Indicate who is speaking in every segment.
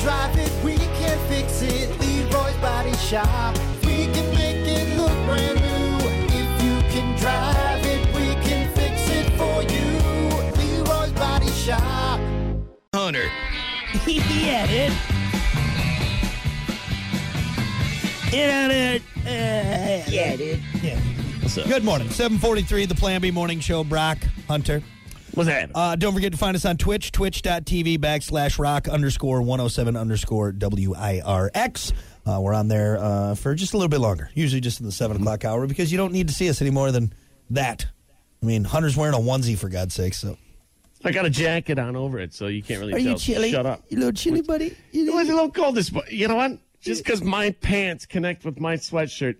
Speaker 1: drive it, we can fix it. Leroy's Body Shop. We can make it look brand new. If you can drive it, we can fix it for you. Leroy's Body Shop.
Speaker 2: Hunter.
Speaker 3: yeah, dude. Yeah, dude. Uh, yeah, dude. Yeah.
Speaker 2: What's up?
Speaker 4: Good morning. 743, the Plan B Morning Show. Brock Hunter.
Speaker 3: What's that?
Speaker 4: Uh, don't forget to find us on Twitch, twitch.tv backslash rock underscore 107 underscore WIRX. Uh, we're on there uh, for just a little bit longer, usually just in the 7 o'clock hour, because you don't need to see us any more than that. I mean, Hunter's wearing a onesie, for God's sake, so.
Speaker 2: I got a jacket on over it, so you can't really tell. Shut up.
Speaker 4: You little chilly, buddy?
Speaker 2: It was a little cold this morning. You know what? Just because my pants connect with my sweatshirt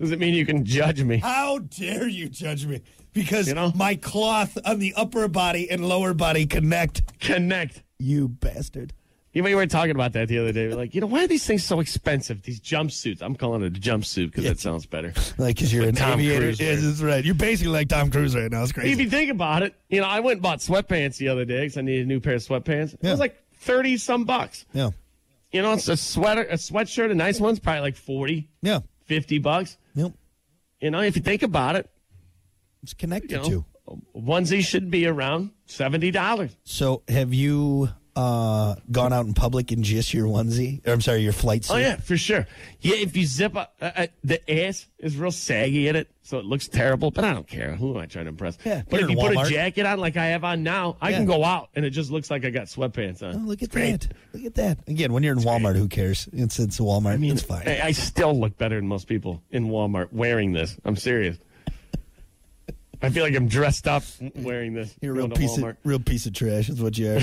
Speaker 2: doesn't mean you can judge me.
Speaker 4: How dare you judge me? Because
Speaker 2: You know?
Speaker 4: my cloth on the upper body and lower body connect.
Speaker 2: Connect.
Speaker 4: You bastard.
Speaker 2: You know, we were talking about that the other day. We're like, you know, why are these things so expensive? These jumpsuits. I'm calling it a jumpsuit because that sounds better.
Speaker 4: Like, because you're an
Speaker 2: Tom
Speaker 4: aviator.
Speaker 2: Cruise
Speaker 4: Yeah,
Speaker 2: wears.
Speaker 4: that's right. You're basically like Tom Cruise right now. It's crazy.
Speaker 2: if you think about it, you know, I went and bought sweatpants the other day because I needed a new pair of sweatpants. It
Speaker 4: Yeah.
Speaker 2: was like 30 some bucks.
Speaker 4: Yeah.
Speaker 2: You know, it's a sweater, a sweatshirt, a nice one's probably like 40,
Speaker 4: Yeah.
Speaker 2: 50 bucks.
Speaker 4: Yep.
Speaker 2: You know, if you think about it,
Speaker 4: It's connected
Speaker 2: you know,
Speaker 4: to.
Speaker 2: a onesie should be around $70.
Speaker 4: So, have you uh, gone out in public in just your onesie? Or, I'm sorry, your flight suit?
Speaker 2: Oh yeah, for sure. Yeah, if you zip up, uh, uh, the ass is real saggy in it, so it looks terrible. But I don't care. Who am I trying to impress?
Speaker 4: Yeah,
Speaker 2: but
Speaker 4: you're
Speaker 2: if you
Speaker 4: in
Speaker 2: put
Speaker 4: Walmart.
Speaker 2: a jacket on like I have on now, I
Speaker 4: Yeah.
Speaker 2: can go out and it just looks like I got sweatpants
Speaker 4: Oh,
Speaker 2: on.
Speaker 4: look at
Speaker 2: Great.
Speaker 4: that. Look at that. Again, when you're in Walmart, who cares? It's, it's Walmart.
Speaker 2: I mean,
Speaker 4: it's fine.
Speaker 2: I, I still look better than most people in Walmart wearing this. I'm serious. I feel like I'm dressed up wearing this.
Speaker 4: You're a real
Speaker 2: going to
Speaker 4: piece
Speaker 2: Walmart.
Speaker 4: of real piece of trash is what you are.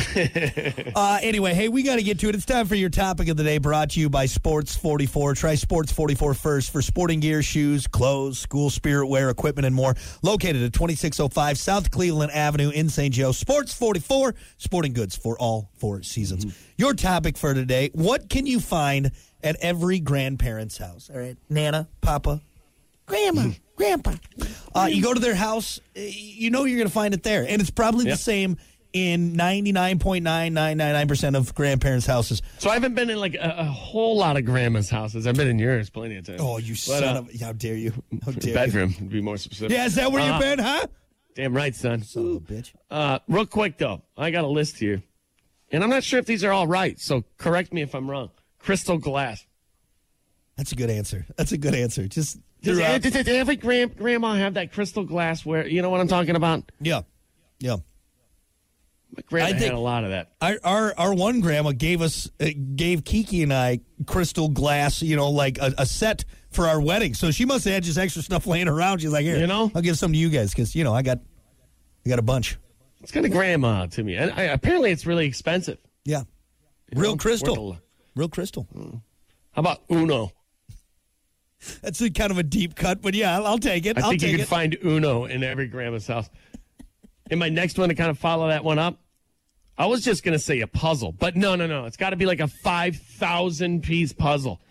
Speaker 4: uh, anyway, hey, we got to get to it. It's time for your topic of the day, brought to you by Sports 44. Try Sports 44 first for sporting gear, shoes, clothes, school spirit wear, equipment, and more. Located at 2605 South Cleveland Avenue in St. Joe. Sports 44, sporting goods for all four seasons.
Speaker 2: Mm-hmm.
Speaker 4: Your topic for today: What can you find at every grandparent's house? All right, Nana, Papa, Grandma, Grandpa. Mm-hmm. Uh, you go to their house, uh, you know you're going to find it there. And it's probably
Speaker 2: Yeah.
Speaker 4: the same in 99.9999% of grandparents' houses.
Speaker 2: So I haven't been in like a, a whole lot of grandma's houses. I've been in yours plenty of times.
Speaker 4: Oh, you
Speaker 2: But,
Speaker 4: son
Speaker 2: uh,
Speaker 4: of How dare you? How dare
Speaker 2: bedroom. To be more specific.
Speaker 4: you? Yeah, is that where
Speaker 2: Uh,
Speaker 4: you've been, huh?
Speaker 2: Damn right, son.
Speaker 4: Son of a bitch.
Speaker 2: Uh, real quick though, I got a list here, and I'm not sure if these are all right. So correct me if I'm wrong. Crystal glass.
Speaker 4: That's a good answer. That's a good answer. Just
Speaker 2: Does,
Speaker 4: throughout-
Speaker 2: does- does every grand, grandma have that crystal glass? Where you know what I'm talking about?
Speaker 4: Yeah. Yeah.
Speaker 2: My grandma
Speaker 4: I think-
Speaker 2: had a lot of that.
Speaker 4: Our, our our one grandma gave us uh, gave Kiki and I crystal glass, you know, like a, a set for our wedding. So she must have had just extra stuff laying around. She's like, here,
Speaker 2: You know?
Speaker 4: I'll give some to you guys because you know I got I got a bunch.
Speaker 2: It's kind of grandma to me, and I, apparently it's really expensive.
Speaker 4: Yeah,
Speaker 2: You
Speaker 4: real
Speaker 2: know,
Speaker 4: crystal,
Speaker 2: worth a-
Speaker 4: real crystal.
Speaker 2: Hmm. How about Uno?
Speaker 4: That's a kind of a deep cut, but yeah, I'll, I'll take it.
Speaker 2: I
Speaker 4: I'll
Speaker 2: think you
Speaker 4: take
Speaker 2: can
Speaker 4: it.
Speaker 2: find Uno in every grandma's house. In my next one to kind of follow that one up, I was just going to say a puzzle, but no, no, no. It's got to be like a 5,000 piece puzzle.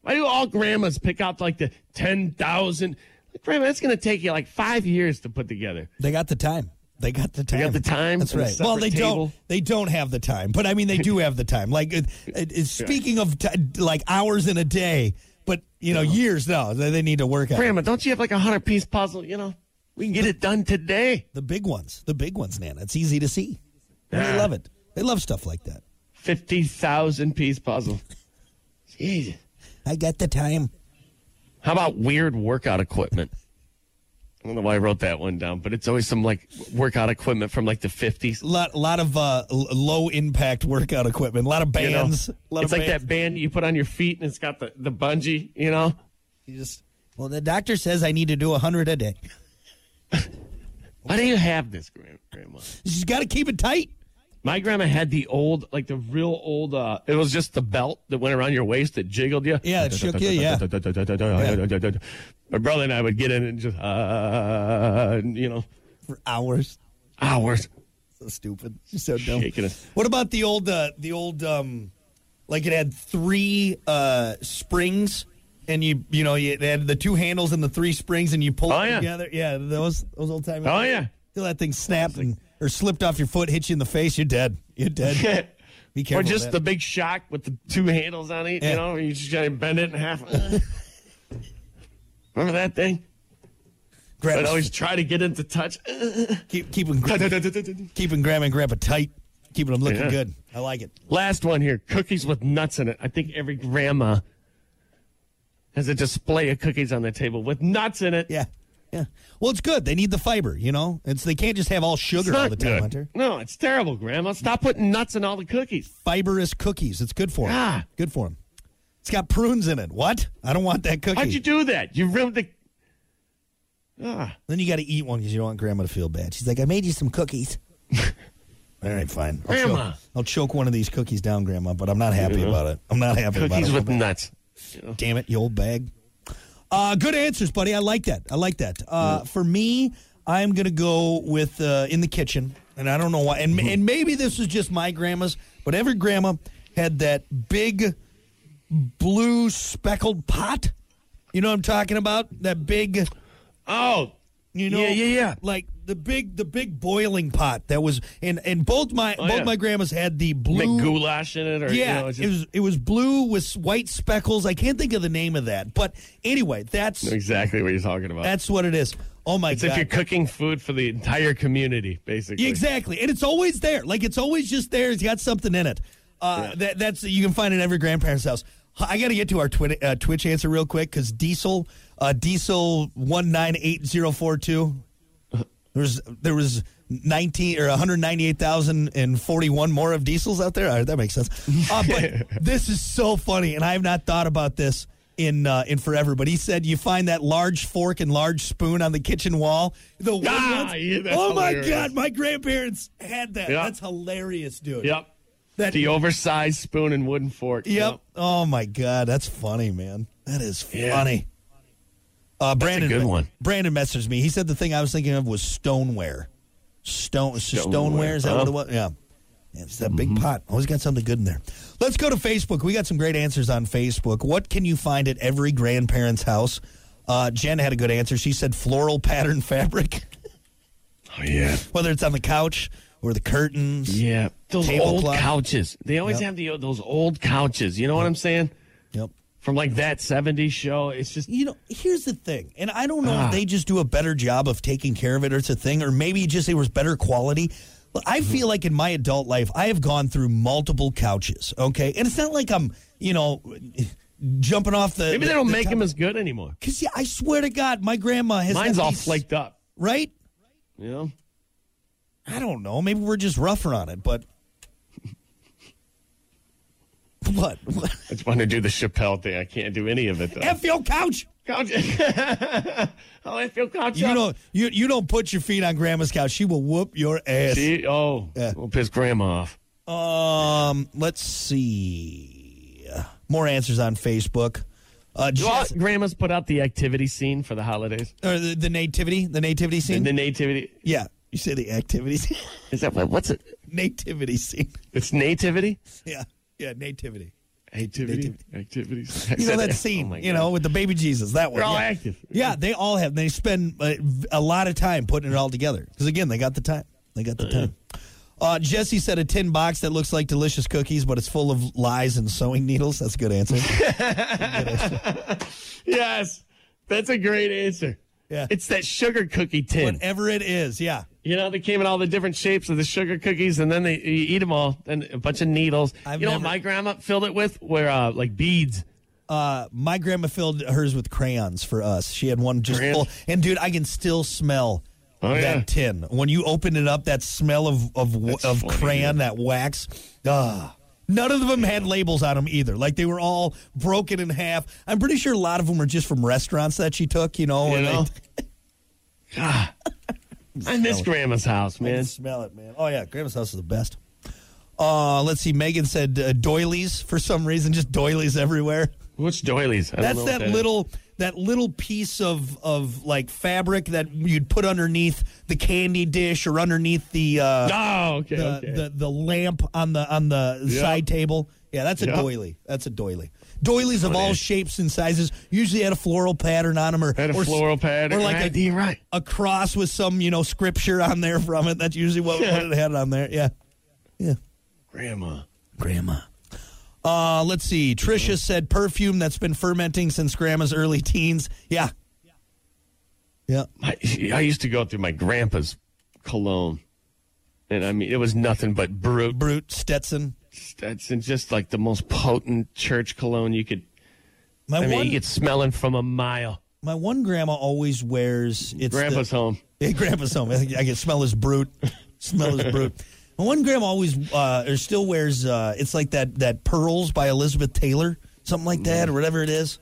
Speaker 2: Why do all grandmas pick out like the 10,000? Like, grandma, that's going to take you like five years to put together.
Speaker 4: they got the time. They got the time.
Speaker 2: got the time
Speaker 4: That's
Speaker 2: and a
Speaker 4: right. Well, they
Speaker 2: separate
Speaker 4: don't.
Speaker 2: table.
Speaker 4: They don't have the time, but I mean, they do have the time. Like, it, it, it's speaking of t- like hours in a day, but you know, years. No, they, they need to work out.
Speaker 2: Grandma, don't you have like a 100 piece puzzle? You know, we can get it done today.
Speaker 4: The big ones. The big ones, Nana. It's easy to see. And They love it. They love stuff like that.
Speaker 2: 50,000 piece puzzle. Jeez.
Speaker 4: I got the time.
Speaker 2: How about weird workout equipment? I don't know why I wrote that one down, but it's always some like workout equipment from like the 50s. You
Speaker 4: lot, lot of uh, l- low impact workout equipment. A lot of
Speaker 2: know?
Speaker 4: bands. a lot
Speaker 2: It's
Speaker 4: of
Speaker 2: like
Speaker 4: bands.
Speaker 2: that band you put on your feet and it's got the, the bungee, you know?
Speaker 4: You just well, the doctor says I need to do hundred a day.
Speaker 2: Why do you have this, gran- Grandma?
Speaker 4: She's got to keep it tight.
Speaker 2: My grandma had the old, like the real old, uh, it was just the belt that went around your waist that jiggled you.
Speaker 4: Yeah, it shook you. Yeah,
Speaker 2: My brother and I would get in and just, uh, you know,
Speaker 4: for hours.
Speaker 2: hours.
Speaker 4: So stupid. She's so dumb.
Speaker 2: Shaking us.
Speaker 4: What about the old, uh, the old, um, like it had three uh, springs, and you, you know, you, it had the two handles and the three springs, and you pull
Speaker 2: Oh,
Speaker 4: it
Speaker 2: yeah.
Speaker 4: together. Yeah, those those old time.
Speaker 2: Oh, yeah.
Speaker 4: Till that thing snapped and, or slipped off your foot, hit you in the face, you're dead. You're dead. Be careful
Speaker 2: Or
Speaker 4: with
Speaker 2: just
Speaker 4: that.
Speaker 2: the big shock with the two handles on it,
Speaker 4: Yeah.
Speaker 2: you know, and you just gotta bend it in half. Remember that thing?
Speaker 4: Grandma,
Speaker 2: I'd always try to get into touch.
Speaker 4: keep, keeping, keeping Grandma and Grandpa tight, keeping them looking
Speaker 2: Yeah.
Speaker 4: good. I like it.
Speaker 2: Last one here cookies with nuts in it. I think every grandma has a display of cookies on the table with nuts in it.
Speaker 4: Yeah. Yeah. Well, it's good. They need the fiber, you know? It's They can't just have all
Speaker 2: It's
Speaker 4: sugar all
Speaker 2: not
Speaker 4: the time,
Speaker 2: good.
Speaker 4: Hunter.
Speaker 2: No, it's terrible, Grandma. Stop putting nuts in all the cookies.
Speaker 4: Fibrous cookies. It's good for them.
Speaker 2: Ah.
Speaker 4: Good for them. It's got prunes in it. What? I don't want that cookie.
Speaker 2: How'd you do that? You ruined the. Ah,
Speaker 4: Then you got to eat one because you don't want grandma to feel bad. She's like, I made you some cookies. All right, fine. I'll
Speaker 2: Grandma.
Speaker 4: Choke, I'll choke one of these cookies down, grandma, but I'm not happy about it. I'm not happy about
Speaker 2: cookies
Speaker 4: it.
Speaker 2: with nuts.
Speaker 4: Damn it, you old bag. Uh, good answers, buddy. I like that. I like that. Uh, for me, I'm going to go with uh, in the kitchen, and I don't know why.
Speaker 2: Mm-hmm.
Speaker 4: And, and maybe this is just my grandma's, but every grandma had that big blue speckled pot. You know what I'm talking about? That big.
Speaker 2: Oh,
Speaker 4: You know,
Speaker 2: Yeah, yeah, yeah.
Speaker 4: Like the big, the big boiling pot that was, and and both my both
Speaker 2: Oh, yeah.
Speaker 4: my grandmas had the
Speaker 2: make
Speaker 4: blue.
Speaker 2: goulash in it, or you
Speaker 4: yeah,
Speaker 2: know, it's
Speaker 4: it
Speaker 2: just-
Speaker 4: was it was blue with white speckles. I can't think of the name of that, but anyway, that's
Speaker 2: exactly what you're talking about.
Speaker 4: that's what it is. Oh my
Speaker 2: it's
Speaker 4: god!
Speaker 2: if you're cooking food for the entire community, basically.
Speaker 4: Yeah, exactly, and it's always there. Like it's always just there. It's got something in it. Uh,
Speaker 2: Yeah.
Speaker 4: that, that's you can find it in every grandparent's house. I got to get to our Twitch, uh, Twitch answer real quick because Diesel, uh, Diesel one nine eight zero four two. There was there was nineteen or one hundred ninety eight thousand and forty one more of diesels out there. All right, that makes sense. Uh, but this is so funny, and I have not thought about this in uh, in forever. But he said you find that large fork and large spoon on the kitchen wall. The wooden
Speaker 2: Ah,
Speaker 4: ones-
Speaker 2: yeah, that's
Speaker 4: oh my
Speaker 2: hilarious.
Speaker 4: god, my grandparents had that.
Speaker 2: Yeah.
Speaker 4: That's hilarious, dude.
Speaker 2: Yep.
Speaker 4: That-
Speaker 2: the oversized spoon and wooden fork.
Speaker 4: Yep. Oh my god, that's funny, man. That is
Speaker 2: Yeah.
Speaker 4: funny. Uh, Brandon,
Speaker 2: good one.
Speaker 4: Brandon messaged me. He said the thing I was thinking of was stoneware. Stone stoneware,
Speaker 2: Stoneware,
Speaker 4: is that
Speaker 2: huh? Mm-hmm.
Speaker 4: what it was? Yeah. Yeah, It's that big pot. Always got something good in there. Let's go to Facebook. We got some great answers on Facebook. What can you find at every grandparent's house? Uh, Jen had a good answer. She said floral pattern fabric,
Speaker 2: Oh yeah.
Speaker 4: whether it's on the couch or the curtains.
Speaker 2: Yeah. Those old
Speaker 4: Tablecloth.
Speaker 2: couches. They always
Speaker 4: Yep.
Speaker 2: have the those old couches. You know what I'm saying?
Speaker 4: Yep.
Speaker 2: From like that 70s show. It's just
Speaker 4: You know, here's the thing, and I don't know
Speaker 2: Ah.
Speaker 4: if they just do a better job of taking care of it, or it's a thing, or maybe just there was better quality. But I feel like in my adult life, I have gone through multiple couches. Okay, and it's not like I'm, you know, jumping off the.
Speaker 2: maybe they don't make them as good anymore.
Speaker 4: Because yeah, I swear to God, my grandma has.
Speaker 2: Mine's
Speaker 4: had
Speaker 2: all
Speaker 4: these-
Speaker 2: flaked up.
Speaker 4: right?
Speaker 2: You know?
Speaker 4: I don't know. Maybe we're just rougher on it, but. What?
Speaker 2: I just want to do the Chappelle thing. I can't do any of it though.
Speaker 4: F your couch.
Speaker 2: couch. oh, I feel couch.
Speaker 4: You
Speaker 2: up.
Speaker 4: don't. You you don't put your feet on grandma's couch. She will whoop your ass.
Speaker 2: See? Oh,
Speaker 4: Yeah.
Speaker 2: we'll piss grandma off.
Speaker 4: Um, let's see. More answers on Facebook. Uh,
Speaker 2: Well,
Speaker 4: Jess,
Speaker 2: grandma's put out the activity scene for the holidays.
Speaker 4: or the, the nativity, the nativity scene.
Speaker 2: And the nativity.
Speaker 4: yeah, you say the activities,
Speaker 2: Is that what? What's it?
Speaker 4: nativity scene.
Speaker 2: It's nativity.
Speaker 4: Yeah, yeah, nativity.
Speaker 2: Activity. Activities.
Speaker 4: You know that scene, you know, with the baby Jesus. That one.
Speaker 2: oh They're all
Speaker 4: yeah.
Speaker 2: active.
Speaker 4: Yeah, they all have. They spend uh, a lot of time putting it all together because again, they got the time. They got
Speaker 2: Uh-huh.
Speaker 4: the time. Uh, Jesse said a tin box that looks like delicious cookies, but it's full of lies and sewing needles. That's a good answer.
Speaker 2: Yes, that's a great answer.
Speaker 4: Yeah.
Speaker 2: It's that sugar cookie tin.
Speaker 4: Whatever it is, yeah.
Speaker 2: you know, they came in all the different shapes of the sugar cookies, and then they you eat them all, and a bunch of needles.
Speaker 4: I've
Speaker 2: you know what
Speaker 4: never-
Speaker 2: my grandma filled it with? Were uh, like beads.
Speaker 4: Uh, my grandma filled hers with crayons for us. She had one just
Speaker 2: Crayon.
Speaker 4: full. And dude, I can still smell
Speaker 2: Oh,
Speaker 4: that
Speaker 2: yeah.
Speaker 4: tin when you open it up. That smell of of w-
Speaker 2: That's
Speaker 4: of
Speaker 2: funny,
Speaker 4: crayon, that wax. Ah. None of them had labels on them either. Like they were all broken in half. I'm pretty sure a lot of them were just from restaurants that she took. You know,
Speaker 2: You
Speaker 4: and
Speaker 2: know?
Speaker 4: they-
Speaker 2: God. I miss grandma's house,
Speaker 4: I
Speaker 2: man.
Speaker 4: can smell it, man. Oh yeah, Grandma's house is the best. Uh, let's see. Megan said uh, doilies for some reason, just doilies everywhere.
Speaker 2: What's doilies? I don't know
Speaker 4: That's
Speaker 2: what
Speaker 4: that
Speaker 2: is.
Speaker 4: little that little piece of of like fabric that you'd put underneath the candy dish or underneath the uh,
Speaker 2: Oh, okay.
Speaker 4: the,
Speaker 2: okay.
Speaker 4: the the lamp on the on the
Speaker 2: Yeah.
Speaker 4: side table. Yeah, that's a
Speaker 2: Yeah.
Speaker 4: doily. That's a doily. Doilies of all
Speaker 2: Funny.
Speaker 4: shapes and sizes usually had a floral pattern on them, or
Speaker 2: Had a
Speaker 4: or s-
Speaker 2: floral pattern.
Speaker 4: or like
Speaker 2: Right,
Speaker 4: a,
Speaker 2: you're right.
Speaker 4: a cross with some you know scripture on there from it. That's usually what, what it had on there. Yeah, yeah.
Speaker 2: grandma.
Speaker 4: Grandma. Uh, let's see. Trisha said perfume that's been fermenting since grandma's early teens. Yeah. Yeah.
Speaker 2: I, I used to go through my grandpa's cologne, and I mean it was nothing but brute.
Speaker 4: Brute Stetson.
Speaker 2: Stetson, just like the most potent church cologne you could.
Speaker 4: My
Speaker 2: I mean,
Speaker 4: one
Speaker 2: you could smell him from a mile.
Speaker 4: my one grandma always wears it's the-
Speaker 2: Grandpa's home.
Speaker 4: Yeah, grandpa's home. I, I can smell his brute. Smell his brute. My one grandma always uh, or still wears uh, it's like that that pearls by Elizabeth Taylor, something like that, or whatever it is.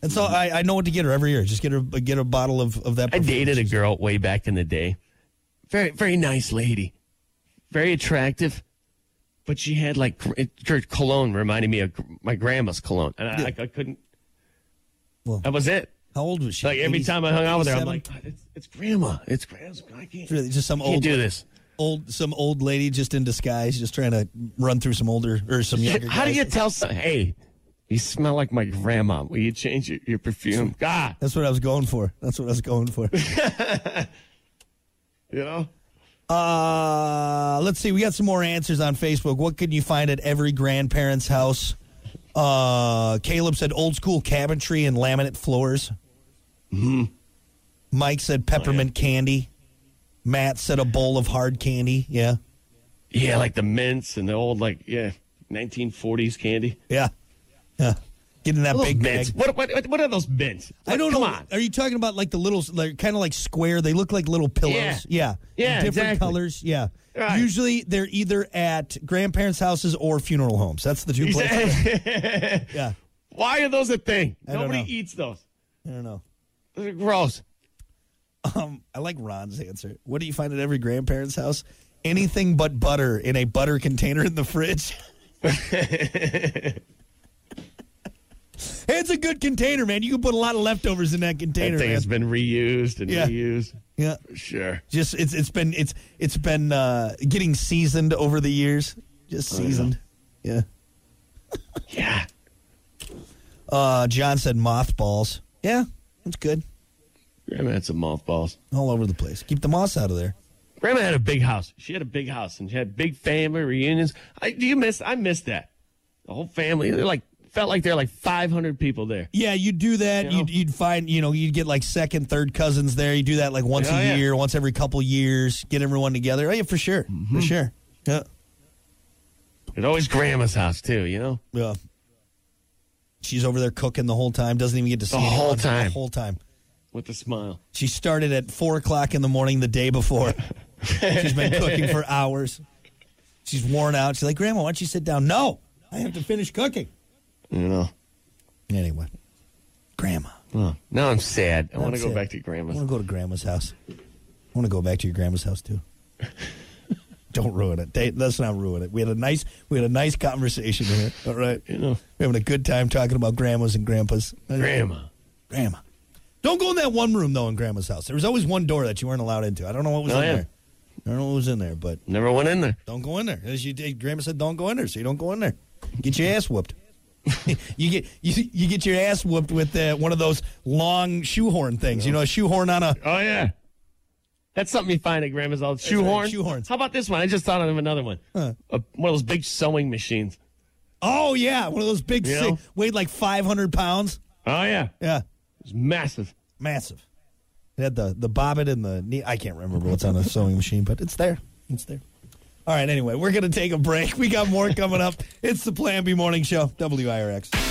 Speaker 4: And so I, I know what to get her every year. Just get her get a bottle of, of that.
Speaker 2: I
Speaker 4: perfume.
Speaker 2: dated a girl way back in the day. Very, very nice lady. Very attractive. But she had like gr- it- her cologne reminded me of gr- my grandma's cologne. And I, I, I couldn't.
Speaker 4: Well-
Speaker 2: that was it.
Speaker 4: How old was she?
Speaker 2: Like every
Speaker 4: 80s?
Speaker 2: time I hung out with her, I'm
Speaker 4: 87?
Speaker 2: like, "God, it's, it's grandma. It's grandma. I can't,
Speaker 4: It's really just some
Speaker 2: can't
Speaker 4: old
Speaker 2: do this.
Speaker 4: old some old lady just in disguise, just trying to run through some older or some younger.
Speaker 2: How do
Speaker 4: guys.
Speaker 2: you tell some, hey, you smell like my grandma. Will you change your, your perfume? God,
Speaker 4: That's what I was going for. That's what I was going for.
Speaker 2: you know?
Speaker 4: Uh, let's see. We got some more answers on Facebook. What can you find at every grandparent's house? Uh, Caleb said old school cabinetry and laminate floors.
Speaker 2: Mm-hmm.
Speaker 4: Mike said peppermint
Speaker 2: Oh,
Speaker 4: candy. Matt said a bowl of hard candy. Yeah.
Speaker 2: Yeah, like the mints and the old, like, yeah, 1940s candy.
Speaker 4: Yeah. Yeah. Get in that
Speaker 2: Those
Speaker 4: big bag.
Speaker 2: mints. What, what, what are those mints?
Speaker 4: I don't
Speaker 2: Come
Speaker 4: know.
Speaker 2: On.
Speaker 4: Are you talking about like the little, like kind of like square? They look like little pillows.
Speaker 2: Yeah.
Speaker 4: yeah.
Speaker 2: Yeah,
Speaker 4: Different
Speaker 2: exactly.
Speaker 4: colors. Yeah.
Speaker 2: Right.
Speaker 4: Usually they're either at grandparents' houses or funeral homes. That's the two
Speaker 2: You
Speaker 4: places.
Speaker 2: say-
Speaker 4: Yeah.
Speaker 2: Why are those a thing?
Speaker 4: I don't
Speaker 2: Nobody
Speaker 4: know.
Speaker 2: eats those.
Speaker 4: I don't know.
Speaker 2: Those are gross.
Speaker 4: Um, I like Ron's answer. What do you find at every grandparent's house? Anything but butter in a butter container in the fridge. it's a good container, man. You can put a lot of leftovers in that
Speaker 2: That
Speaker 4: container.
Speaker 2: thing has
Speaker 4: man.
Speaker 2: been reused and
Speaker 4: Yeah.
Speaker 2: reused.
Speaker 4: yeah.
Speaker 2: Sure.
Speaker 4: Just it's it's been it's it's been uh, getting seasoned over the years. Just
Speaker 2: Oh,
Speaker 4: seasoned. yeah.
Speaker 2: Yeah.
Speaker 4: Uh, John said mothballs. Yeah, that's good.
Speaker 2: Grandma had some mothballs.
Speaker 4: All over the place. Keep the moss out of there.
Speaker 2: Grandma had a big house. She had a big house and she had big family reunions. I do you miss I miss that. The whole family. They're like felt like there were like five hundred people there.
Speaker 4: Yeah, you do that.
Speaker 2: You know?
Speaker 4: You'd, you'd find, you know, you'd get like second, third cousins there. You do that like once
Speaker 2: Oh,
Speaker 4: a
Speaker 2: yeah.
Speaker 4: year, once every couple years. Get everyone together. Oh yeah, for sure,
Speaker 2: Mm-hmm.
Speaker 4: for sure. Yeah,
Speaker 2: It's always grandma's house too, you know?
Speaker 4: yeah. She's over there cooking the whole time. Doesn't even get to see
Speaker 2: The whole
Speaker 4: anyone.
Speaker 2: time.
Speaker 4: The whole time.
Speaker 2: With a smile.
Speaker 4: She started at four o'clock in the morning the day before. She's been cooking for hours. She's worn out. She's like, Grandma, why don't you sit down? No, I have to finish cooking.
Speaker 2: You know.
Speaker 4: Anyway, Grandma.
Speaker 2: Oh, now I'm sad. I want to
Speaker 4: That's
Speaker 2: go
Speaker 4: it.
Speaker 2: back to grandma's.
Speaker 4: I want to go to grandma's house. I want to go back to your grandma's house too. Don't ruin it. They, let's not ruin it. We had a nice we had a nice conversation here. All right.
Speaker 2: You know.
Speaker 4: We're having a good time talking about grandmas and grandpas.
Speaker 2: Grandma.
Speaker 4: Grandma. Don't go in that one room though in grandma's house. There was always one door that you weren't allowed into. I don't know what was
Speaker 2: Oh,
Speaker 4: in
Speaker 2: yeah.
Speaker 4: there. I don't know what was in there, but
Speaker 2: Never went in there.
Speaker 4: don't go in there. As you did, grandma said, don't go in there. So you don't go in there. Get your ass whooped. you get you, you get your ass whooped with uh, one of those long shoehorn things. You know, a shoehorn on a
Speaker 2: Oh yeah. That's something you find at grandma's house. Shoehorn.
Speaker 4: right, shoehorns.
Speaker 2: How about this one? I just thought of another one. A- one of those big sewing machines.
Speaker 4: Oh yeah, one of those big,
Speaker 2: You
Speaker 4: si-
Speaker 2: know?
Speaker 4: weighed like five hundred pounds.
Speaker 2: Oh yeah.
Speaker 4: Yeah,
Speaker 2: It's massive.
Speaker 4: massive. It had the the bobbin and the knee. I can't remember what's on the sewing machine, but it's there. It's there. All right. Anyway, we're gonna take a break. We got more coming up. It's the Plan B Morning Show, WIRX.